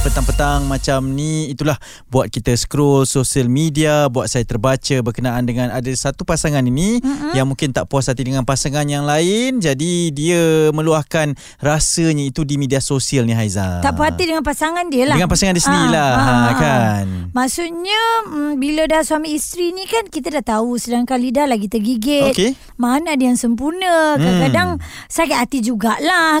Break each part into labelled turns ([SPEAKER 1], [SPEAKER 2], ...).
[SPEAKER 1] petang-petang macam ni itulah buat kita scroll social media buat saya terbaca berkenaan dengan ada satu pasangan ini mm-hmm. yang mungkin tak puas hati dengan pasangan yang lain jadi dia meluahkan rasanya itu di media sosial ni Haiza
[SPEAKER 2] Tak puas hati dengan pasangan dia lah.
[SPEAKER 1] Dengan pasangan dia sendirilah,
[SPEAKER 2] Ah, ah,
[SPEAKER 1] ha, kan?
[SPEAKER 2] ah. Maksudnya mm, bila dah suami isteri ni kan kita dah tahu sedangkan lidah lagi tergigit.
[SPEAKER 1] Okey. Hmm.
[SPEAKER 2] Mana ada yang sempurna. Kadang-kadang sakit hati jugalah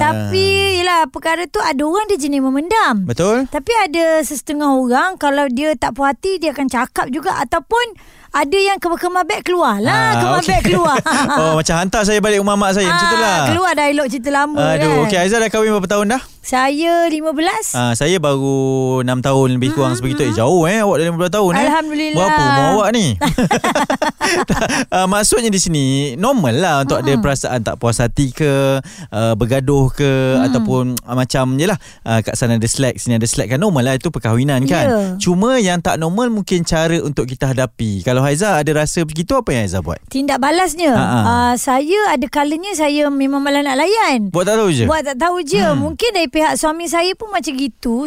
[SPEAKER 1] Ah.
[SPEAKER 2] Tapi yelah perkara tu ada orang dia jenis memendam.
[SPEAKER 1] betul
[SPEAKER 2] Tapi ada sesetengah orang kalau dia tak puas hati dia akan cakap juga ataupun ada yang kemar-kemar beg keluar
[SPEAKER 1] Ah,
[SPEAKER 2] lah. kemar
[SPEAKER 1] okey.
[SPEAKER 2] beg keluar.
[SPEAKER 1] oh macam hantar saya balik rumah mak saya macam
[SPEAKER 2] Ah,
[SPEAKER 1] itulah
[SPEAKER 2] Keluar dialog cerita lama
[SPEAKER 1] Aduh, okey
[SPEAKER 2] kan.
[SPEAKER 1] Haiza dah kahwin berapa tahun dah?
[SPEAKER 2] Saya 15.
[SPEAKER 1] Ah, saya baru 6 tahun lebih kurang mm-hmm. sebegitu. Eh, jauh eh awak dah 15 tahun eh.
[SPEAKER 2] Hmm, Alhamdulillah.
[SPEAKER 1] Berapa umur awak ni? uh, maksudnya di sini normal lah untuk
[SPEAKER 2] Hmm.
[SPEAKER 1] mm-hmm. ada perasaan tak puas hati ke, uh, bergaduh ke
[SPEAKER 2] Hmm.
[SPEAKER 1] mm-hmm. ataupun uh, macam jelah uh, kat sana ada slack, sini ada slack kan normal lah itu perkahwinan kan.
[SPEAKER 2] Ya.
[SPEAKER 1] Cuma yang tak normal mungkin cara untuk kita hadapi. Kalau Haiza ada rasa begitu apa yang Haiza buat?
[SPEAKER 2] Tindak balasnya
[SPEAKER 1] Ha, ha.
[SPEAKER 2] uh, Saya ada kalanya Saya memang malah nak layan
[SPEAKER 1] Buat tak tahu je.
[SPEAKER 2] Buat tak tahu je hmm. Mungkin dari pihak suami saya pun macam gitu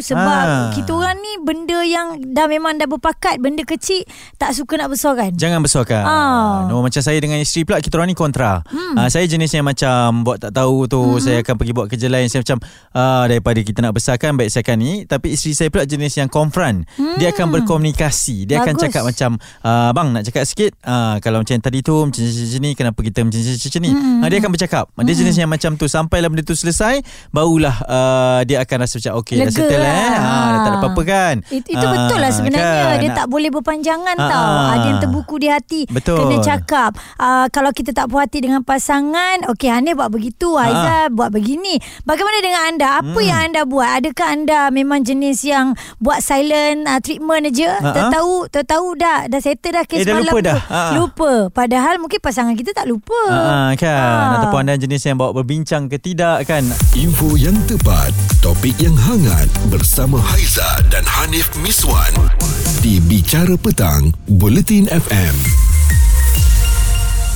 [SPEAKER 1] Ah.
[SPEAKER 2] Sebab kita orang ni Benda yang dah memang dah berpakat Benda kecil Tak suka nak besarkan
[SPEAKER 1] Jangan besarkan.
[SPEAKER 2] kan? Ah.
[SPEAKER 1] No, macam saya dengan isteri pula kita orang ni kontra. Hmm. Uh, saya jenis yang macam buat tak tahu tu, hmm. saya akan pergi buat kerja lain. Saya macam uh, daripada kita nak besarkan baik saya akan ni, tapi isteri saya pula jenis yang confront. Hmm. Dia akan berkomunikasi. Dia akan
[SPEAKER 2] Bagus.
[SPEAKER 1] cakap macam uh, bang nak cakap sikit uh, kalau macam tadi tu macam macam ni kenapa kita macam macam ni. Hmm. Uh, dia akan bercakap. Dia jenis yang macam tu sampailah benda tu selesai barulah uh, dia akan rasa macam okey dah
[SPEAKER 2] Lega
[SPEAKER 1] settle
[SPEAKER 2] lah.
[SPEAKER 1] eh. Ha, dah tak ada apa-apa kan.
[SPEAKER 2] It, itu betul lah
[SPEAKER 1] Ah,
[SPEAKER 2] sebenarnya
[SPEAKER 1] kan?
[SPEAKER 2] Dia tak boleh berpanjangan
[SPEAKER 1] Ah,
[SPEAKER 2] tau
[SPEAKER 1] ah.
[SPEAKER 2] Ada yang terbuku di hati
[SPEAKER 1] Betul.
[SPEAKER 2] Kena cakap uh, Kalau kita tak puas hati dengan pasangan Okey Hanif buat begitu
[SPEAKER 1] Ah.
[SPEAKER 2] Aizah buat begini Bagaimana dengan anda? Apa yang
[SPEAKER 1] Hmm.
[SPEAKER 2] anda buat? Adakah anda memang jenis yang Buat silent uh, treatment je?
[SPEAKER 1] Ah, ah.
[SPEAKER 2] Tertahu Tertahu dah Dah settle dah kes
[SPEAKER 1] Eh, dah
[SPEAKER 2] malam
[SPEAKER 1] lupa
[SPEAKER 2] tu
[SPEAKER 1] dah. Ah, ah.
[SPEAKER 2] Lupa Padahal mungkin pasangan kita tak lupa
[SPEAKER 1] Ah, kan
[SPEAKER 2] Ah.
[SPEAKER 1] Ataupun anda jenis yang bawa berbincang ke tidak kan
[SPEAKER 3] Info yang tepat, topik yang hangat bersama Haiza dan Hanif Miswan di Bicara Petang, Buletin FM.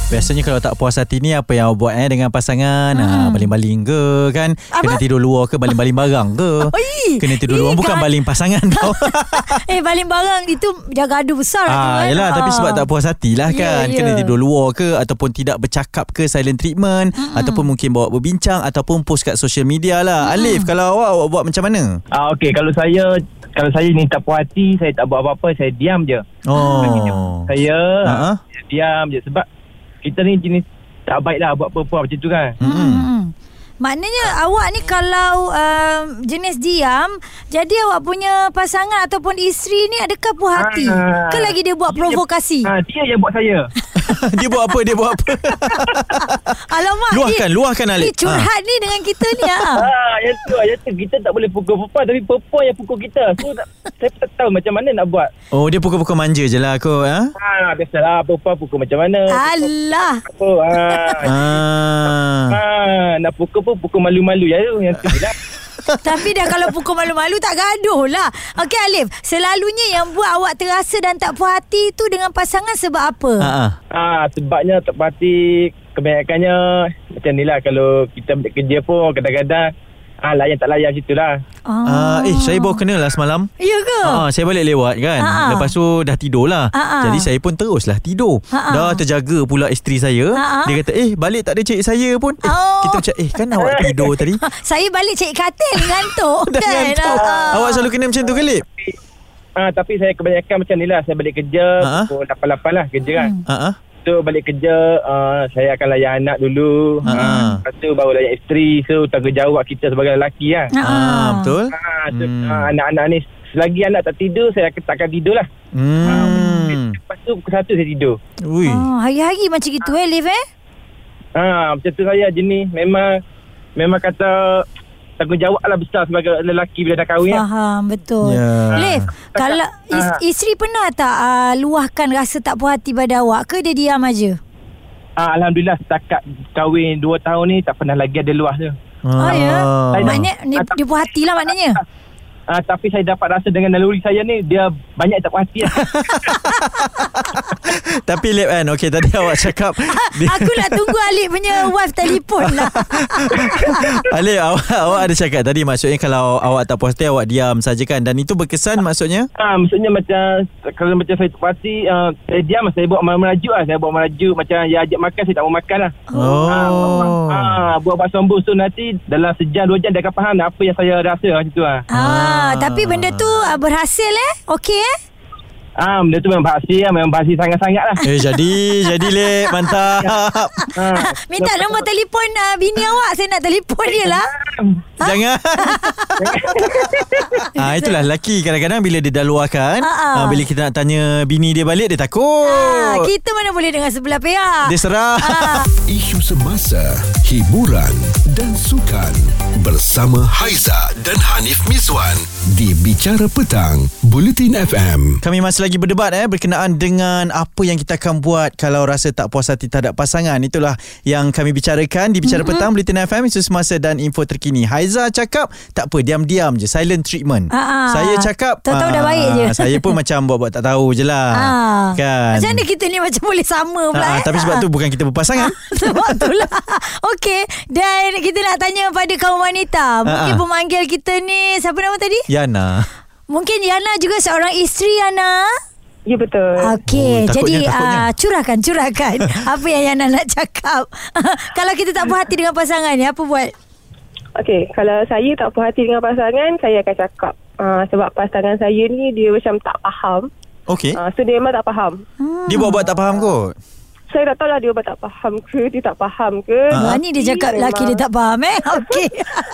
[SPEAKER 1] Biasanya kalau tak puas hati ni Apa yang awak buat eh Dengan pasangan hmm. ah, Baling-baling ke kan
[SPEAKER 2] Apa?
[SPEAKER 1] Kena tidur luar ke Baling-baling barang ke
[SPEAKER 2] Oi,
[SPEAKER 1] Kena tidur luar
[SPEAKER 2] ih, kan?
[SPEAKER 1] Bukan
[SPEAKER 2] gan-
[SPEAKER 1] baling pasangan kau
[SPEAKER 2] Eh baling barang itu Dah gaduh besar tu
[SPEAKER 1] Ah,
[SPEAKER 2] kan?
[SPEAKER 1] yelah tapi sebab tak puas hati lah
[SPEAKER 2] Ya,
[SPEAKER 1] kan
[SPEAKER 2] ya.
[SPEAKER 1] Kena tidur luar ke Ataupun tidak bercakap ke Silent treatment
[SPEAKER 2] Hmm.
[SPEAKER 1] mm-hmm. Ataupun mungkin bawa berbincang Ataupun post kat social media lah
[SPEAKER 2] Hmm.
[SPEAKER 1] mm-hmm. Alif kalau awak Awak buat macam mana?
[SPEAKER 4] Ah okey kalau saya kalau saya ni tak puas hati, saya tak buat apa-apa, saya diam je.
[SPEAKER 2] Ah.
[SPEAKER 1] Oh
[SPEAKER 4] Saya
[SPEAKER 1] Ha-ha.
[SPEAKER 4] uh-huh. diam je sebab kita ni jenis tak baiklah buat perempuan macam tu kan.
[SPEAKER 1] Mm-mm.
[SPEAKER 2] Hmm. Maknanya awak ni kalau um, jenis diam, jadi awak punya pasangan ataupun isteri ni adakah puas hati?
[SPEAKER 4] Ah.
[SPEAKER 2] Ke lagi dia buat provokasi?
[SPEAKER 4] Ha, dia yang buat saya.
[SPEAKER 1] Dia buat apa? Dia buat apa?
[SPEAKER 2] Alamak.
[SPEAKER 1] Luahkan,
[SPEAKER 2] ni,
[SPEAKER 1] luahkan
[SPEAKER 2] Ni
[SPEAKER 1] Alif Ah.
[SPEAKER 2] curhat ni dengan kita ni. Ha.
[SPEAKER 4] ha, yang tu, yang tu kita tak boleh pukul perempuan tapi perempuan yang pukul kita. So tak, saya tak tahu macam mana nak buat.
[SPEAKER 1] Oh dia pukul-pukul manja je lah aku ha?
[SPEAKER 4] Ha, biasalah perempuan pukul macam mana.
[SPEAKER 2] Ah. Alah.
[SPEAKER 4] Apa ha.
[SPEAKER 1] Ah.
[SPEAKER 4] ha, nak pukul pun pukul malu-malu ya tu yang tu je lah.
[SPEAKER 2] Tapi dah kalau pukul malu-malu tak gaduh lah. Okey Alif, selalunya yang buat awak terasa dan tak puas hati tu dengan pasangan sebab apa?
[SPEAKER 1] Ha ah.
[SPEAKER 4] Ah, sebabnya tak pasti kebanyakannya macam ni lah kalau kita balik kerja pun kadang-kadang ah, layan tak layan situ lah.
[SPEAKER 1] Ah, eh saya baru kena lah semalam.
[SPEAKER 2] Ya ke?
[SPEAKER 1] Ah, saya balik lewat kan.
[SPEAKER 2] Ah.
[SPEAKER 1] Lepas tu dah tidur lah.
[SPEAKER 2] Ah, ah.
[SPEAKER 1] Jadi saya pun teruslah tidur.
[SPEAKER 2] Ah, ah.
[SPEAKER 1] Dah terjaga pula isteri saya.
[SPEAKER 2] Ah, ah.
[SPEAKER 1] Dia kata, "Eh, balik tak ada cik saya pun." Eh,
[SPEAKER 2] Oh.
[SPEAKER 1] kita macam, "Eh, kan awak tidur tadi?"
[SPEAKER 2] Saya balik cek katil ngantuk
[SPEAKER 1] Dah
[SPEAKER 2] kan.
[SPEAKER 1] ngantuk.
[SPEAKER 2] Ah.
[SPEAKER 1] Awak selalu kena macam tu ke, Lip?
[SPEAKER 4] Ah, tapi saya kebanyakan macam ni lah saya balik kerja
[SPEAKER 1] Ah.
[SPEAKER 4] pukul 8-8 lah kerja kan.
[SPEAKER 1] Ha ah.
[SPEAKER 4] So balik kerja ah, saya akan layan anak dulu.
[SPEAKER 1] Ah.
[SPEAKER 4] Ah, lepas tu baru layan isteri. So tanggungjawab kita sebagai lelaki kan.
[SPEAKER 2] Ah.
[SPEAKER 1] Ah, betul.
[SPEAKER 4] Ah, so,
[SPEAKER 1] Hmm.
[SPEAKER 4] ah, anak-anak ni selagi anak tak tidur saya akan takkan tidur lah.
[SPEAKER 1] Hmm.
[SPEAKER 4] Lepas tu pukul 1 saya tidur.
[SPEAKER 1] Ui.
[SPEAKER 2] Oh, hari-hari macam gitu eh Liv eh
[SPEAKER 4] Ha, macam tu saya jenis memang memang kata tanggungjawab lah besar sebagai lelaki bila dah
[SPEAKER 1] Ah.
[SPEAKER 4] kahwin. kan.
[SPEAKER 2] Faham betul
[SPEAKER 1] Oh, Ya.
[SPEAKER 2] Liv Kalau is,
[SPEAKER 4] Ah.
[SPEAKER 2] isteri pernah tak uh, Luahkan rasa tak puas hati pada awak Ke dia diam aja
[SPEAKER 4] Ha, Alhamdulillah setakat kahwin 2 tahun ni tak pernah lagi ada luah tu.
[SPEAKER 2] Oh, ya
[SPEAKER 1] Ah.
[SPEAKER 2] Maknanya ni, Dia puas hati lah maknanya
[SPEAKER 4] uh, tapi saya dapat rasa dengan naluri saya ni dia banyak tak puas hati lah.
[SPEAKER 1] Tapi Lip kan Okay tadi awak cakap dia,
[SPEAKER 2] Aku nak tunggu Alip punya wife telefon lah.
[SPEAKER 1] Alip awak, awak ada cakap tadi Maksudnya kalau awak tak puas hati Awak diam saja kan Dan itu berkesan maksudnya
[SPEAKER 4] ha, maksudnya macam kalau macam saya tak puas hati uh, saya diam saya buat merajuk lah saya buat merajuk macam dia ajak makan saya tak mau makan lah.
[SPEAKER 2] Ah,
[SPEAKER 1] Oh.
[SPEAKER 4] Ha, ha, buat bahasa ombus tu nanti dalam sejam dua jam dia akan faham apa yang saya rasa macam tu lah.
[SPEAKER 2] ah, tapi benda tu ah, berhasil eh. Okey eh.
[SPEAKER 4] Ah, benda tu memang bahasi lah. Memang bahasi sangat-sangat lah.
[SPEAKER 1] Eh jadi Jadi Lip Mantap
[SPEAKER 4] Ha.
[SPEAKER 2] Ah, Minta nombor telefon uh, bini awak. Saya nak telefon dia lah.
[SPEAKER 1] Jangan ah, Itulah lelaki Kadang-kadang bila dia dah luahkan
[SPEAKER 2] Ah, ah.
[SPEAKER 1] ah, Bila kita nak tanya Bini dia balik Dia takut
[SPEAKER 2] Ah, kita mana boleh dengan sebelah pihak. Ah.
[SPEAKER 1] Dia serah
[SPEAKER 3] Isu semasa, hiburan dan sukan bersama Haiza dan Hanif Miswan di Bicara Petang, Bulletin FM.
[SPEAKER 1] Kami masih lagi berdebat eh berkenaan dengan apa yang kita akan buat kalau rasa tak puas hati terhadap pasangan. Itulah yang kami bicarakan di Bicara mm-hmm. Petang Bulletin FM isu semasa dan info terkini. Haiza cakap tak apa diam-diam je silent treatment.
[SPEAKER 2] Ah, ah.
[SPEAKER 1] Saya cakap
[SPEAKER 2] Tahu-tahu dah
[SPEAKER 1] ah,
[SPEAKER 2] baik je.
[SPEAKER 1] Saya pun macam buat-buat tak tahu je lah.
[SPEAKER 2] Ah.
[SPEAKER 1] Kan.
[SPEAKER 2] Macam mana kita ni macam boleh sama pula
[SPEAKER 1] Ah,
[SPEAKER 2] eh?
[SPEAKER 1] tapi sebab tu bukan kita berpasangan.
[SPEAKER 2] Sebab tu lah Okey Dan kita nak tanya pada kaum wanita
[SPEAKER 1] Ha,
[SPEAKER 2] Mungkin
[SPEAKER 1] ha.
[SPEAKER 2] pemanggil kita ni Siapa nama tadi?
[SPEAKER 1] Yana.
[SPEAKER 2] Mungkin Yana juga seorang isteri Yana
[SPEAKER 5] Ya betul.
[SPEAKER 1] Oh,
[SPEAKER 2] Okey
[SPEAKER 1] takutnya,
[SPEAKER 2] Jadi
[SPEAKER 1] takutnya.
[SPEAKER 2] ah, curahkan curahkan Apa yang Yana nak cakap Kalau kita tak puas hati dengan pasangan ni Apa buat?
[SPEAKER 5] Okey, kalau saya tak puas hati dengan pasangan, saya akan cakap. Uh, sebab pasangan saya ni dia macam tak faham.
[SPEAKER 1] Okey.
[SPEAKER 2] Ah.
[SPEAKER 5] Uh, so dia memang tak faham.
[SPEAKER 1] Dia buat-buat tak faham kot.
[SPEAKER 5] Saya tak tahu lah dia buat tak faham ke, dia tak faham ke.
[SPEAKER 2] Ha, ni dia cakap lelaki dia tak faham eh Okey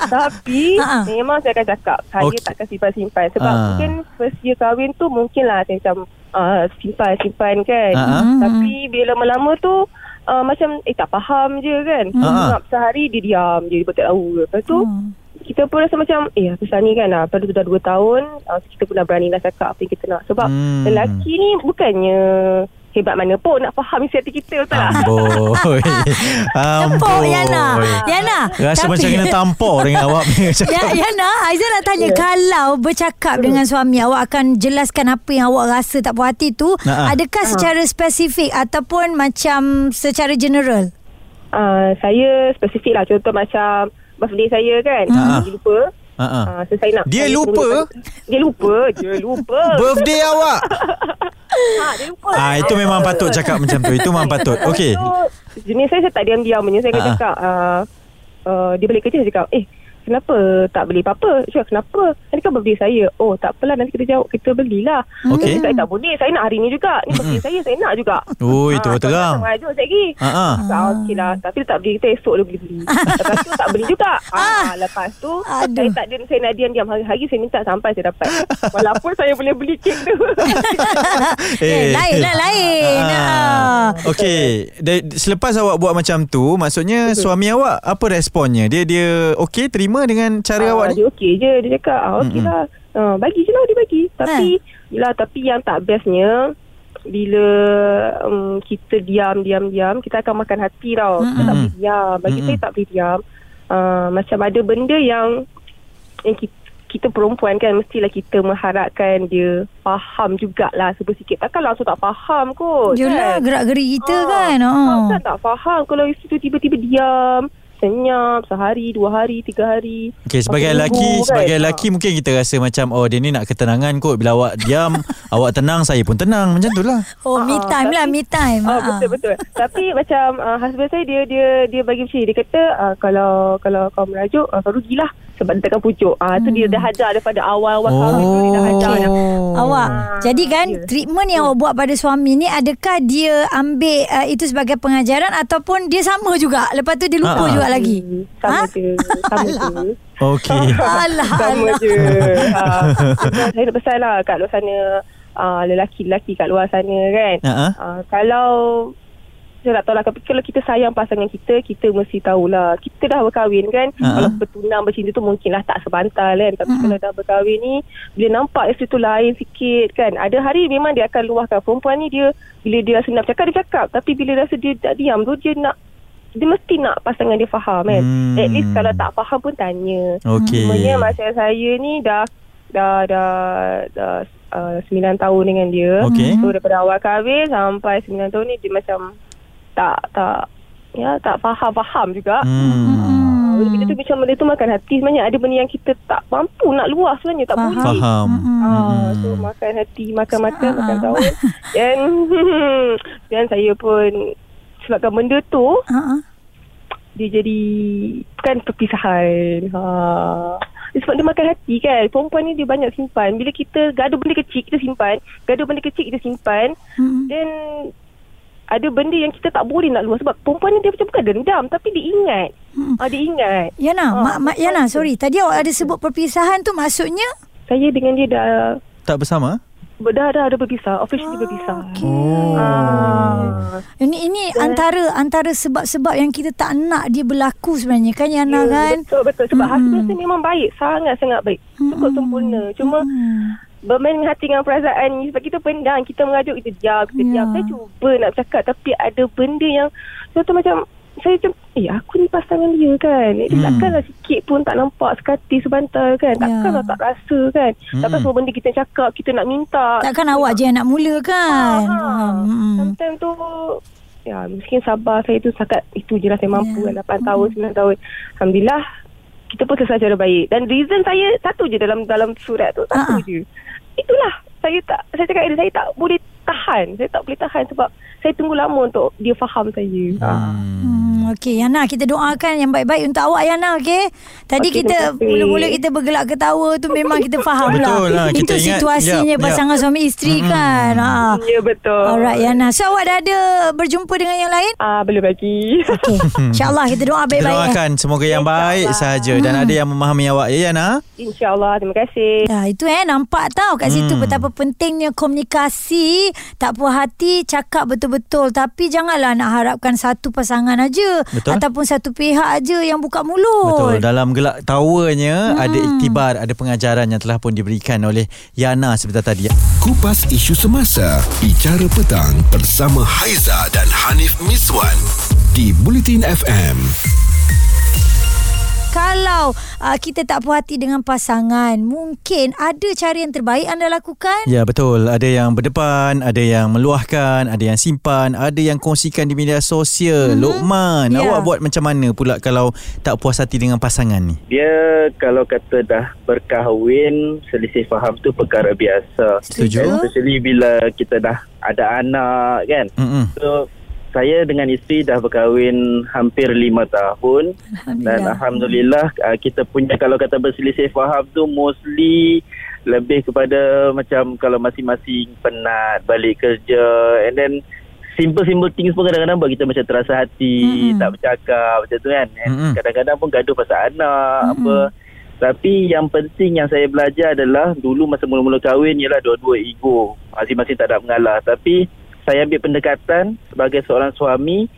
[SPEAKER 5] Tapi
[SPEAKER 2] Ha, ha.
[SPEAKER 5] memang saya akan cakap. Saya
[SPEAKER 1] Okey.
[SPEAKER 5] okay. takkan simpan-simpan. Sebab
[SPEAKER 1] Ah.
[SPEAKER 5] mungkin first year kahwin tu mungkinlah saya macam uh, simpan-simpan kan.
[SPEAKER 1] Ah, ah.
[SPEAKER 2] Hmm.
[SPEAKER 5] Tapi bila melama tu uh, macam eh tak faham je kan.
[SPEAKER 1] Ah, ah.
[SPEAKER 5] Sebab sehari dia diam je, dia pun tak tahu. Lepas tu
[SPEAKER 2] Hmm.
[SPEAKER 5] kita pun rasa macam eh aku ni kan ah, perlu dah 2 tahun ah, kita pun dah berani lah cakap apa yang kita nak. Sebab
[SPEAKER 1] Hmm.
[SPEAKER 5] lelaki ni bukannya hebat mana pun nak faham isi hati kita betul
[SPEAKER 1] Ah,
[SPEAKER 5] tak?
[SPEAKER 1] Amboi.
[SPEAKER 2] Tempuk
[SPEAKER 1] Amboi.
[SPEAKER 2] Ah. Yana Yana
[SPEAKER 1] Rasa
[SPEAKER 2] tapi-
[SPEAKER 1] macam kena tampar dengan awak punya cakap.
[SPEAKER 2] Ya, Yana, Aizah nak tanya yeah. kalau bercakap dengan suami awak akan jelaskan apa yang awak rasa tak puas hati tu,
[SPEAKER 1] Ha-ha.
[SPEAKER 2] adakah secara spesifik ataupun macam secara general?
[SPEAKER 5] Uh, saya spesifik lah contoh macam birthday saya kan
[SPEAKER 1] Ah.
[SPEAKER 5] dia lupa
[SPEAKER 1] Ah, ah.
[SPEAKER 5] Ah, so saya nak
[SPEAKER 1] Dia
[SPEAKER 5] saya
[SPEAKER 1] lupa?
[SPEAKER 5] tunggu- dia lupa dia lupa
[SPEAKER 1] Birthday awak.
[SPEAKER 5] ha, dia lupa
[SPEAKER 1] Ah itu memang patut cakap macam tu. Itu memang patut. Okey.
[SPEAKER 5] so, jenis saya saya tak diam-diam punya saya akan
[SPEAKER 1] Ah, ah.
[SPEAKER 5] cakap uh, uh, dia balik kerja saya cakap eh kenapa tak beli apa-apa Syah kenapa nanti kan birthday saya oh tak apalah nanti kita jawab kita belilah
[SPEAKER 1] Hmm. Okey. Hmm.
[SPEAKER 5] saya tak boleh saya nak hari ni juga ni birthday saya saya nak juga
[SPEAKER 1] Ui,
[SPEAKER 5] Ah,
[SPEAKER 1] terus
[SPEAKER 5] tak
[SPEAKER 1] terang.
[SPEAKER 5] nak Mengajuk sekejap lagi
[SPEAKER 1] Ha ah.
[SPEAKER 5] Ah. Okey lah Tapi dia tak beli Kita esok dia beli-beli Lepas tu tak beli juga ah. Lepas tu
[SPEAKER 2] Aduh.
[SPEAKER 5] Saya tak diam Saya nak diam-diam Hari-hari saya minta Sampai saya dapat Walaupun saya boleh beli kek tu
[SPEAKER 2] Eh, lain lah, lain. Ah.
[SPEAKER 1] Okey, da- selepas awak buat macam tu, maksudnya suami awak apa responnya? Dia dia okey terima dengan cara awak ni?
[SPEAKER 5] Ah, Dia okey je Dia cakap ah, Okey lah ah, Bagi je lah dia bagi
[SPEAKER 1] Ha.
[SPEAKER 5] Tapi Yelah tapi yang tak bestnya bila um, kita diam diam diam kita akan makan hati tau kita tak boleh diam bagi
[SPEAKER 1] Mm-mm.
[SPEAKER 5] saya tak boleh diam uh, macam ada benda yang yang kita, kita perempuan kan mestilah kita mengharapkan dia faham jugalah sebut sikit takkan langsung tak faham kot
[SPEAKER 2] Yelah, gerak-geri lah, kita
[SPEAKER 5] Ah,
[SPEAKER 2] kan. Oh.
[SPEAKER 5] ah, kan tak faham kalau isteri tu tiba-tiba diam senyap sehari dua hari tiga hari
[SPEAKER 1] Okey, sebagai
[SPEAKER 5] Satu minggu
[SPEAKER 1] lelaki,
[SPEAKER 5] kan.
[SPEAKER 1] sebagai
[SPEAKER 5] Ah.
[SPEAKER 1] lelaki mungkin kita rasa macam oh dia ni nak ketenangan kot. Bila awak diam, awak tenang, saya pun tenang. Macam tu lah.
[SPEAKER 2] Oh, me
[SPEAKER 5] Ah,
[SPEAKER 2] time
[SPEAKER 5] tapi-
[SPEAKER 2] lah, me time. Ah,
[SPEAKER 5] Ah, betul betul. Tapi macam uh, husband saya dia dia dia bagi macam ni. Dia kata uh, kalau kalau kau merajuk uh, kau rugilah sebab dia takkan pucuk. Ah uh, tu
[SPEAKER 2] Hmm.
[SPEAKER 5] dia dah hajar daripada awal-awal kahwin tu
[SPEAKER 1] Oh.
[SPEAKER 5] dia dah ya. hajar. dah.
[SPEAKER 2] Ah. Awak Jadi kan
[SPEAKER 5] ya.
[SPEAKER 2] Treatment yang awak buat pada suami ni Adakah dia ambil uh, Itu sebagai pengajaran Ataupun dia sama juga Lepas tu dia lupa
[SPEAKER 1] Ah, ah.
[SPEAKER 2] juga lagi
[SPEAKER 5] Hmm, Sama
[SPEAKER 2] Ha?
[SPEAKER 5] je Sama je
[SPEAKER 1] Okey.
[SPEAKER 2] Alah,
[SPEAKER 5] Sama
[SPEAKER 2] alah.
[SPEAKER 5] je uh, Saya nak pesan lah Kat luar sana uh, Lelaki-lelaki kat luar sana kan
[SPEAKER 1] Ha ah.
[SPEAKER 5] Uh, kalau saya tak tahu lah tapi kalau kita sayang pasangan kita kita mesti tahulah kita dah berkahwin kan
[SPEAKER 1] Ha.
[SPEAKER 5] kalau bertunang bercinta tu mungkinlah tak sebantal kan tapi kalau dah berkahwin ni bila nampak isteri tu lain sikit kan ada hari memang dia akan luahkan perempuan ni dia bila dia rasa nak cakap dia cakap tapi bila rasa dia tak diam tu dia nak dia mesti nak pasangan dia faham kan
[SPEAKER 1] Hmm.
[SPEAKER 5] at least kalau tak faham pun tanya
[SPEAKER 1] Okey.
[SPEAKER 5] Semuanya macam saya ni dah dah dah, dah uh, 9 tahun dengan dia.
[SPEAKER 1] Okey.
[SPEAKER 5] So daripada awal kahwin sampai 9 tahun ni dia macam tak tak ya tak faham-faham juga. Hmm.
[SPEAKER 2] mm,
[SPEAKER 1] Hmm.
[SPEAKER 5] Bila kita tu macam benda tu makan hati sebenarnya ada benda yang kita tak mampu nak luah sebenarnya tak
[SPEAKER 2] Faham.
[SPEAKER 5] boleh.
[SPEAKER 1] Faham.
[SPEAKER 5] Ah, so makan hati, makan mata,
[SPEAKER 2] Ah,
[SPEAKER 5] makan
[SPEAKER 2] ah.
[SPEAKER 5] tahun. Dan dan saya pun sebabkan benda tu
[SPEAKER 2] Ha.
[SPEAKER 5] dia jadi kan perpisahan. Ha. Sebab dia makan hati kan. Perempuan ni dia banyak simpan. Bila kita gaduh benda kecil kita simpan, gaduh benda kecil kita simpan,
[SPEAKER 2] Hmm.
[SPEAKER 5] then ada benda yang kita tak boleh nak luar sebab perempuan ni dia macam bukan dendam tapi dia ingat.
[SPEAKER 2] Hmm.
[SPEAKER 5] Ha, dia ingat.
[SPEAKER 2] Yana,
[SPEAKER 5] Ah,
[SPEAKER 2] mak, mak Yana, sorry. Tadi awak ada sebut perpisahan tu maksudnya?
[SPEAKER 5] Saya dengan dia dah
[SPEAKER 1] Tak bersama?
[SPEAKER 5] dah dah ada berpisah, officially berpisah.
[SPEAKER 2] Oh.
[SPEAKER 5] Ah.
[SPEAKER 2] Ini ini antara antara sebab-sebab yang kita tak nak dia berlaku sebenarnya kan Yana
[SPEAKER 5] Ya,
[SPEAKER 2] kan?
[SPEAKER 5] Betul betul sebab mm-hmm. husband saya memang baik, sangat-sangat baik.
[SPEAKER 2] Mm-hmm.
[SPEAKER 5] Cukup sempurna. Cuma
[SPEAKER 2] Hmm.
[SPEAKER 5] bermain dengan hati dengan perasaan ni sebab kita pendang, kita mengajuk, kita diam, kita
[SPEAKER 2] Ya.
[SPEAKER 5] diam. Saya cuba nak bercakap tapi ada benda yang contoh macam saya macam eh aku ni pasangan dia kan eh, dia
[SPEAKER 1] Hmm. Ya.
[SPEAKER 5] takkanlah sikit pun tak nampak sekati sebantal kan takkanlah tak rasa kan
[SPEAKER 1] Hmm.
[SPEAKER 5] takkan semua benda kita cakap kita nak minta
[SPEAKER 2] Takkan awak je yang nak mula kan?
[SPEAKER 5] Ha.
[SPEAKER 2] Faham. Hmm.
[SPEAKER 5] Sometimes tu Ya, mungkin sabar saya tu setakat itu je lah saya mampu
[SPEAKER 2] Ya.
[SPEAKER 5] yeah. kan 8 tahun, 9 tahun. Alhamdulillah kita pun selesai secara baik. Dan reason saya satu je dalam dalam surat tu, satu
[SPEAKER 2] Ha-ha.
[SPEAKER 5] je. Itulah saya tak saya cakap dengan dia saya tak boleh tahan. Saya tak boleh tahan sebab saya tunggu lama untuk dia faham saya. Ha.
[SPEAKER 2] Hmm, okey Yana kita doakan yang baik-baik untuk awak Yana okey. Tadi
[SPEAKER 5] Okey,
[SPEAKER 2] kita
[SPEAKER 5] terima kasih.
[SPEAKER 2] mula-mula kita bergelak ketawa tu memang kita faham
[SPEAKER 1] Betul lah,
[SPEAKER 2] lah. Itu
[SPEAKER 1] kita ingat, ya,
[SPEAKER 2] situasinya
[SPEAKER 1] yap,
[SPEAKER 2] pasangan suami isteri kan. Ha.
[SPEAKER 5] Ya betul.
[SPEAKER 2] Alright Yana. So awak dah ada berjumpa dengan yang lain?
[SPEAKER 5] Ah belum lagi.
[SPEAKER 2] Okey. Eh, InsyaAllah kita doa
[SPEAKER 1] Kita
[SPEAKER 2] baik-baik. eh.
[SPEAKER 1] doakan semoga yang baik sahaja dan ada yang memahami awak ya Yana.
[SPEAKER 5] InsyaAllah. Terima kasih.
[SPEAKER 2] Ya, itu eh nampak tau kat situ
[SPEAKER 1] Hmm.
[SPEAKER 2] betapa pentingnya komunikasi, tak puas hati cakap betul-betul tapi janganlah nak harapkan satu pasangan aja
[SPEAKER 1] Betul.
[SPEAKER 2] ataupun satu pihak aja yang buka
[SPEAKER 1] Betul.
[SPEAKER 2] mulut.
[SPEAKER 1] Dalam gelak
[SPEAKER 2] Hmm.
[SPEAKER 1] tawanya ada iktibar, ada pengajaran yang telah pun diberikan oleh Yana sebentar tadi.
[SPEAKER 3] Kupas isu semasa Bicara petang Bersama Haiza dan Hanif Miswan Di Bulletin FM
[SPEAKER 2] Kalau uh, kita tak puas hati dengan pasangan, mungkin ada cara yang terbaik anda lakukan.
[SPEAKER 1] Ya betul Ada yang berdepan Ada yang meluahkan Ada yang simpan Ada yang kongsikan di media sosial mm-hmm. Lokman
[SPEAKER 2] Ya.
[SPEAKER 1] Awak buat macam mana pula Kalau tak puas hati dengan pasangan ni
[SPEAKER 4] Dia kalau kata dah berkahwin, selisih faham tu perkara biasa.
[SPEAKER 1] Setuju.
[SPEAKER 4] Especially bila kita dah ada anak kan.
[SPEAKER 1] Mm-mm.
[SPEAKER 4] So saya dengan isteri dah berkahwin hampir lima tahun dan
[SPEAKER 2] Alhamdulillah.
[SPEAKER 4] alhamdulillah ah, kita punya kalau kata berselisih faham tu mostly lebih kepada macam kalau masing-masing penat balik kerja and then simple-simple things pun kadang-kadang buat kita macam terasa hati
[SPEAKER 2] Mm-mm.
[SPEAKER 4] tak bercakap macam tu kan And
[SPEAKER 1] Mm-mm.
[SPEAKER 4] kadang-kadang pun gaduh pasal anak
[SPEAKER 2] Mm-mm.
[SPEAKER 4] apa tapi yang penting yang saya belajar adalah dulu masa mula-mula kahwin ialah dua-dua ego masing-masing tak ada mengalah tapi saya ambil pendekatan sebagai seorang suami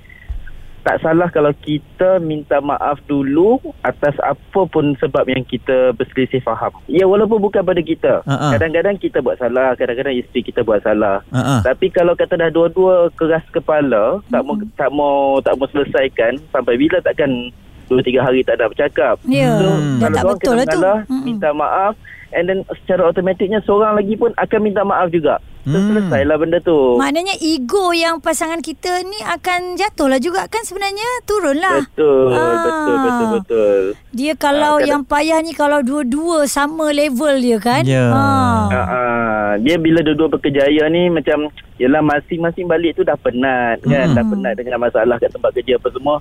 [SPEAKER 4] tak salah kalau kita minta maaf dulu atas apa pun sebab yang kita berselisih faham. Ya walaupun bukan pada kita.
[SPEAKER 1] Ha, ha.
[SPEAKER 4] Kadang-kadang kita buat salah, kadang-kadang isteri kita buat salah.
[SPEAKER 1] Ha-ha.
[SPEAKER 2] Ah.
[SPEAKER 4] Tapi kalau kata dah dua-dua keras kepala, tak mau tak mau tak mau selesaikan sampai bila takkan 2 3 hari tak ada bercakap.
[SPEAKER 2] Ya,
[SPEAKER 1] Hmm.
[SPEAKER 2] dah tak
[SPEAKER 4] Kalau dorang
[SPEAKER 2] betul
[SPEAKER 4] kena
[SPEAKER 2] lah tu.
[SPEAKER 4] mengalah,
[SPEAKER 2] Mm-mm.
[SPEAKER 4] Minta maaf and then secara automatiknya seorang lagi pun akan minta maaf juga. So
[SPEAKER 2] Mm.
[SPEAKER 1] Hmm.
[SPEAKER 4] selesailah benda tu.
[SPEAKER 2] Maknanya ego yang pasangan kita ni akan jatuhlah juga kan sebenarnya turunlah.
[SPEAKER 4] Betul,
[SPEAKER 2] Ah.
[SPEAKER 4] betul, betul, betul.
[SPEAKER 2] Dia kalau
[SPEAKER 4] Ah, kadang-
[SPEAKER 2] yang payah ni kalau dua-dua sama level dia kan.
[SPEAKER 1] Ya.
[SPEAKER 4] Ha, ah. dia bila dua-dua berkejaya ni macam Yelah masing-masing balik tu dah penat kan Dah penat dengan masalah kat tempat kerja apa semua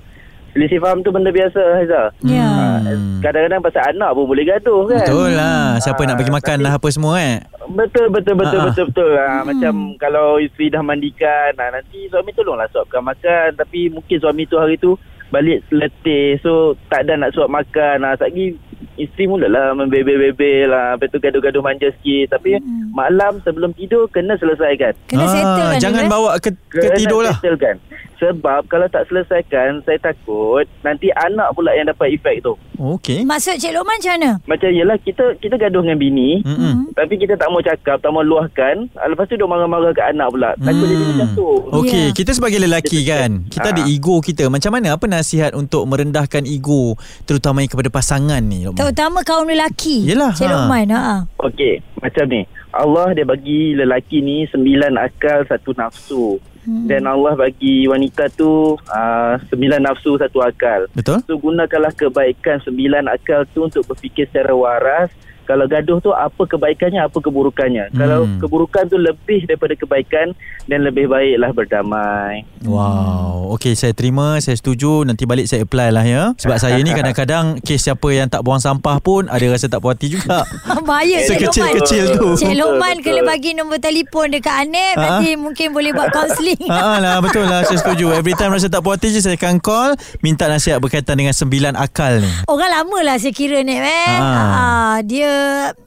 [SPEAKER 4] Selisih faham tu benda biasa Haizah
[SPEAKER 2] Ya.
[SPEAKER 1] Hmm.
[SPEAKER 4] Kadang-kadang pasal anak pun boleh gaduh kan
[SPEAKER 1] Betul lah Siapa
[SPEAKER 4] Ah,
[SPEAKER 1] nak bagi makan
[SPEAKER 4] tapi-
[SPEAKER 1] lah Apa semua eh
[SPEAKER 4] Betul betul betul
[SPEAKER 1] Ah, ah.
[SPEAKER 4] betul betul. Ha, macam kalau isteri dah mandikan, ha, nanti suami tolonglah suapkan makan tapi mungkin suami tu hari tu balik letih. So tak ada nak suap makan. Ha, satgi isteri mulalah membebel-bebel lah. Lepas tu gaduh-gaduh manja sikit. Tapi
[SPEAKER 1] Hmm.
[SPEAKER 4] malam sebelum tidur kena selesaikan.
[SPEAKER 2] Kena
[SPEAKER 1] Ah,
[SPEAKER 2] settle kan
[SPEAKER 1] Jangan
[SPEAKER 2] dulu, eh.
[SPEAKER 1] bawa ke, ke tidur lah
[SPEAKER 4] settlekan. Sebab kalau tak selesaikan, saya takut nanti anak pula yang dapat efek tu.
[SPEAKER 1] Okey
[SPEAKER 2] Maksud Cik Lokman macam mana?
[SPEAKER 4] Macam yelah kita kita gaduh dengan bini.
[SPEAKER 2] Hmm.
[SPEAKER 1] Mm-mm.
[SPEAKER 4] Tapi kita tak mau cakap, tak mau luahkan. Ah, Lepas tu dia marah-marah kat anak pula. Takut jadi macam tu.
[SPEAKER 1] Hmm. Okey,
[SPEAKER 2] Ya.
[SPEAKER 1] kita sebagai lelaki kan, kita ada
[SPEAKER 4] Ah.
[SPEAKER 1] ego kita. Macam mana apa nasihat untuk merendahkan ego terutamanya kepada pasangan ni, Lokman?
[SPEAKER 2] Terutama kaum lelaki.
[SPEAKER 1] Yelah,
[SPEAKER 2] Cik
[SPEAKER 1] ha.
[SPEAKER 2] Lokman. Ha.
[SPEAKER 4] Okey, macam ni. Allah dia bagi lelaki ni sembilan akal satu nafsu. Hmm. Dan Allah bagi wanita tu uh, sembilan nafsu satu akal.
[SPEAKER 1] Betul?
[SPEAKER 4] So gunakanlah kebaikan sembilan akal tu untuk berfikir secara waras. Kalau gaduh tu apa kebaikannya, apa
[SPEAKER 1] Hmm.
[SPEAKER 4] keburukannya. Hmm. Kalau keburukan tu lebih daripada kebaikan dan lebih baiklah berdamai.
[SPEAKER 2] Hmm.
[SPEAKER 1] Wow. Okey, saya terima, saya setuju. Nanti balik saya apply lah ya. Sebab saya ni kadang-kadang kes siapa yang tak buang sampah pun ada rasa tak puas hati juga.
[SPEAKER 2] Bahaya Cik Lokman.
[SPEAKER 1] Sekecil-kecil tu.
[SPEAKER 2] Cik Lokman
[SPEAKER 4] Betul,
[SPEAKER 2] kena
[SPEAKER 4] betul.
[SPEAKER 2] bagi nombor telefon dekat Anip.
[SPEAKER 1] Ha?
[SPEAKER 2] Nanti mungkin boleh buat kaunseling.
[SPEAKER 1] Ha lah betul lah saya setuju. Every time rasa tak puas hati je saya akan call minta nasihat berkaitan dengan sembilan akal ni.
[SPEAKER 2] Orang lama lah saya kira ni kan.
[SPEAKER 1] Ah.
[SPEAKER 2] Ah, dia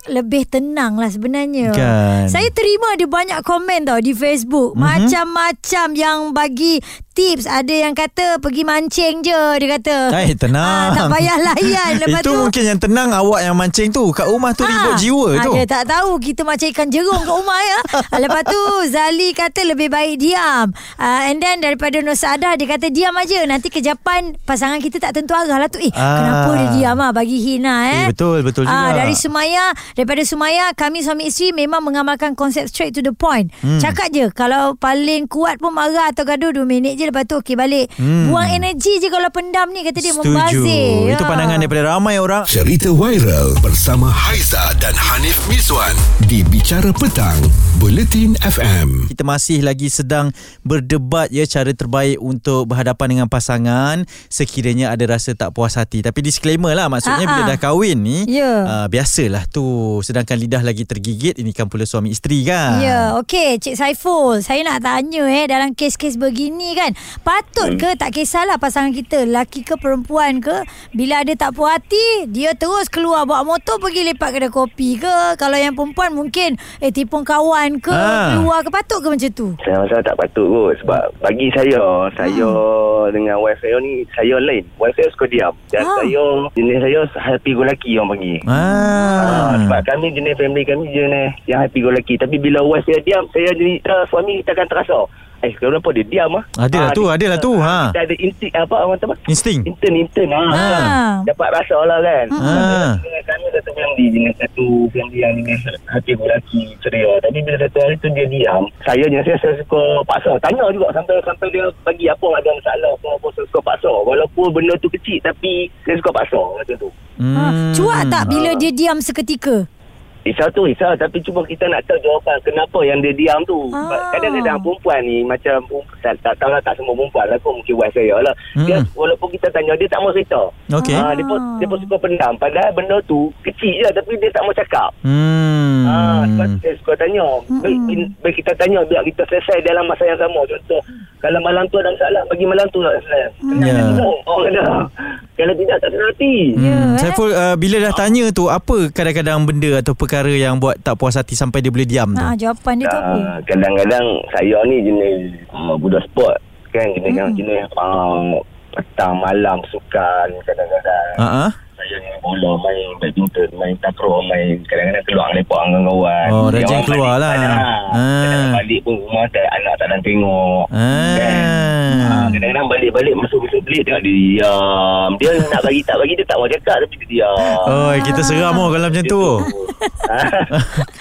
[SPEAKER 2] lebih tenang lah sebenarnya.
[SPEAKER 1] Kan.
[SPEAKER 2] Saya terima ada banyak komen tau di Facebook.
[SPEAKER 1] Mhm.
[SPEAKER 2] Mm-hmm. Macam-macam yang bagi tips. Ada yang kata pergi mancing je dia kata.
[SPEAKER 1] Eh tenang.
[SPEAKER 2] Ah, tak payah layan. Lepas
[SPEAKER 1] Itu
[SPEAKER 2] tu
[SPEAKER 1] mungkin yang tenang awak yang mancing tu. Kat rumah tu ribut jiwa
[SPEAKER 2] Ah,
[SPEAKER 1] tu.
[SPEAKER 2] Dia tak tahu kita macam ikan jerung kat rumah ya. Ah, Lepas tu Zali kata lebih baik diam. Uh, and then daripada Nusadah dia kata diam aja nanti kejapan pasangan kita tak tentu arah lah tu. Eh
[SPEAKER 1] Ah.
[SPEAKER 2] kenapa dia diam ah bagi hina
[SPEAKER 1] Eh,
[SPEAKER 2] eh.
[SPEAKER 1] betul, betul
[SPEAKER 2] Ah,
[SPEAKER 1] juga.
[SPEAKER 2] dari Sumaya daripada Sumaya kami suami isteri memang mengamalkan konsep straight to the point. Hmm. Cakap je kalau paling kuat pun marah atau gaduh 2 minit je lepas tu okey balik.
[SPEAKER 1] Hmm.
[SPEAKER 2] Buang energi je kalau pendam ni kata dia
[SPEAKER 1] Setuju.
[SPEAKER 2] membazir.
[SPEAKER 1] Itu
[SPEAKER 2] Ya.
[SPEAKER 1] pandangan daripada ramai orang.
[SPEAKER 3] Cerita viral bersama Haiza dan Hanif Miswan di Bicara Petang, Buletin FM.
[SPEAKER 1] kita masih lagi sedang berdebat ya cara terbaik untuk berhadapan dengan pasangan sekiranya ada rasa tak puas hati tapi disclaimer lah maksudnya
[SPEAKER 2] Ha-ha.
[SPEAKER 1] bila dah kahwin ni
[SPEAKER 2] Ah, Ya.
[SPEAKER 1] uh, biasalah tu sedangkan lidah lagi tergigit ini kan pula suami isteri kan
[SPEAKER 2] Ya, okey Cik Saiful. Saya nak tanya eh dalam kes-kes begini kan,
[SPEAKER 1] Hmm.
[SPEAKER 2] patut ke tak kisahlah pasangan kita lelaki ke perempuan ke, bila ada tak puas hati, dia terus keluar bawa motor pergi lepak kedai kopi ke, kalau yang perempuan mungkin eh tipung kawan ke,
[SPEAKER 1] Ah.
[SPEAKER 2] keluar ke patut ke macam tu?
[SPEAKER 6] Saya rasa tak patut kot Sebab bagi saya Saya
[SPEAKER 1] Ah.
[SPEAKER 6] dengan wife saya ni Saya lain Wife saya suka diam Dan
[SPEAKER 2] Ah.
[SPEAKER 6] saya Jenis saya happy go lucky orang panggil
[SPEAKER 1] ah.
[SPEAKER 6] Ah, sebab kami jenis family kami jenis yang happy go lucky tapi bila wife saya diam saya jadi uh, suami kita akan terasa eh kenapa dia diam ah
[SPEAKER 1] Adalah
[SPEAKER 6] Ah,
[SPEAKER 1] tu,
[SPEAKER 6] dia-
[SPEAKER 1] adalah tu, ha.
[SPEAKER 6] kita ada inti apa orang kata apa
[SPEAKER 1] insting
[SPEAKER 6] intern intern ah,
[SPEAKER 2] Ah.
[SPEAKER 6] dapat rasa lah kan
[SPEAKER 1] ah.
[SPEAKER 6] kami satu family jenis satu family yang jenis hati lelaki ceria tapi bila satu hari tu dia diam saya jenis saya, saya suka paksa tanya juga sampai sampai dia bagi apa ada masalah apa apa saya suka paksa walaupun benda tu kecil tapi saya suka paksa macam tu
[SPEAKER 2] Hmm. Ha,
[SPEAKER 1] Hmm.
[SPEAKER 2] cuak tak bila dia diam seketika?
[SPEAKER 6] Risau tu risau Tapi cuma kita nak tahu jawapan Kenapa yang dia diam tu Sebab
[SPEAKER 2] Ah.
[SPEAKER 6] kadang-kadang perempuan ni Macam perempuan- tak, tak tahu lah Tak semua perempuan lah Kau mungkin wife saya lah dia,
[SPEAKER 1] Hmm.
[SPEAKER 6] Walaupun kita tanya Dia tak mau cerita
[SPEAKER 1] Okey.
[SPEAKER 6] Ah, dia, pun, dia pun suka pendam Padahal benda tu Kecil je Tapi dia tak mau cakap
[SPEAKER 1] hmm.
[SPEAKER 6] Ah, sebab saya suka tanya Baik, baik kita tanya Biar kita selesai dalam masa yang sama Contoh Kalau malam tu ada masalah Bagi malam tu nak selesai
[SPEAKER 1] Ya.
[SPEAKER 6] Tengok Orang kata Kalau tidak tak kena hati
[SPEAKER 1] Hmm.
[SPEAKER 2] eh.
[SPEAKER 1] Saiful uh, bila dah tanya tu apa kadang-kadang benda atau perkara yang buat tak puas hati sampai dia boleh diam tu
[SPEAKER 2] Ha, jawapan dia tu apa?
[SPEAKER 6] Ah, kadang-kadang saya ni jenis uh, budak sport kan jenis mm. jenis uh, petang malam sukan kadang-kadang
[SPEAKER 1] ha ah.
[SPEAKER 6] saya ni bola main badminton main takraw main kadang-kadang keluar lepak dengan kawan
[SPEAKER 1] Oh, rajin
[SPEAKER 6] Yang orang
[SPEAKER 1] keluar
[SPEAKER 6] balik
[SPEAKER 1] lah.
[SPEAKER 6] kadang-kadang.
[SPEAKER 1] Ah.
[SPEAKER 6] Kadang-kadang balik pun rumah tak anak tak nak tengok Ah,
[SPEAKER 1] Ah.
[SPEAKER 6] kadang-kadang balik-balik masuk-masuk bilik tengok dia diam dia nak bagi tak bagi dia tak mau cakap tapi dia diam
[SPEAKER 1] Oi, kita seram oh kalau macam tu.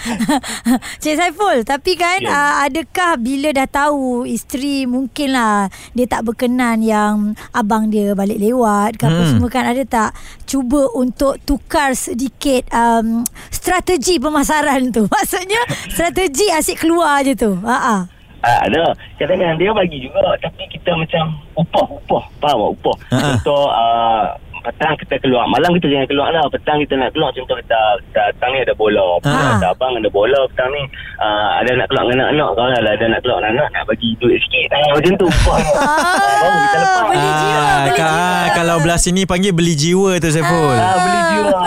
[SPEAKER 2] Cik Saiful, tapi kan yeah.
[SPEAKER 6] Ya.
[SPEAKER 2] uh, adakah bila dah tahu isteri mungkinlah dia tak berkenan yang abang dia balik lewat ke apa
[SPEAKER 1] Hmm.
[SPEAKER 2] semua kan ada tak cuba untuk tukar sedikit um, strategi pemasaran tu. Maksudnya strategi asyik keluar je tu. Ha ah.
[SPEAKER 6] Ah, ada. Kadang-kadang dia bagi juga tapi kita macam upah, upah. Faham tak? Upah.
[SPEAKER 1] Ha, ha.
[SPEAKER 6] Contoh uh, petang kita keluar. Malam kita jangan keluar lah. Petang kita nak keluar. Contoh kita, kita petang ni ada bola. Petang
[SPEAKER 2] Ha.
[SPEAKER 6] ada abang ada bola. Petang ni uh, ada nak keluar dengan anak-anak. Kalau lah ada nak keluar dengan anak nak bagi duit sikit. Ah, macam tu. Upah. Baru kita lepas.
[SPEAKER 2] Beli jiwa, beli
[SPEAKER 1] Ah, ka-
[SPEAKER 2] jiwa.
[SPEAKER 1] Oh, ah, kalau belah sini panggil beli jiwa tu Saiful.
[SPEAKER 6] Ah, beli jiwa.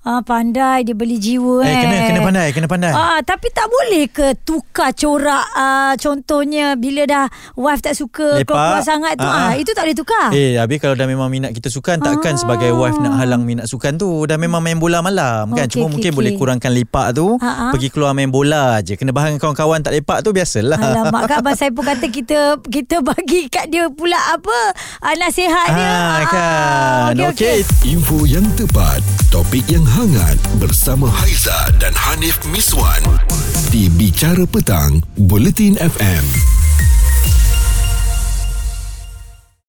[SPEAKER 2] Ah pandai dia beli jiwa
[SPEAKER 1] eh
[SPEAKER 2] eh.
[SPEAKER 1] kena kena pandai, kena pandai.
[SPEAKER 2] Ah, tapi tak boleh ke tukar corak ah, contohnya bila dah wife tak suka
[SPEAKER 1] Lepak.
[SPEAKER 2] kau keluar sangat tu
[SPEAKER 1] Ah, ah.
[SPEAKER 2] ah, itu tak boleh tukar.
[SPEAKER 1] Eh, habis kalau dah memang minat kita sukan takkan
[SPEAKER 2] Ah.
[SPEAKER 1] sebagai wife nak halang minat sukan tu. Dah memang main bola malam kan.
[SPEAKER 2] Okey,
[SPEAKER 1] Cuma
[SPEAKER 2] okey,
[SPEAKER 1] mungkin
[SPEAKER 2] okey.
[SPEAKER 1] boleh kurangkan lepak tu,
[SPEAKER 2] Ha, ha.
[SPEAKER 1] pergi keluar main bola je. Kena bahan dengan kawan-kawan tak lepak tu biasalah.
[SPEAKER 2] Alamak kan Abang Saipul kata kita kita bagi kat dia pula apa ah, nasihat dia.
[SPEAKER 1] Ah,
[SPEAKER 2] Ah,
[SPEAKER 1] kan.
[SPEAKER 2] okey,
[SPEAKER 1] Okey.
[SPEAKER 2] okey.
[SPEAKER 3] Info yang tepat Topik yang hangat bersama Haiza dan Hanif Miswan di Bicara Petang, Buletin FM.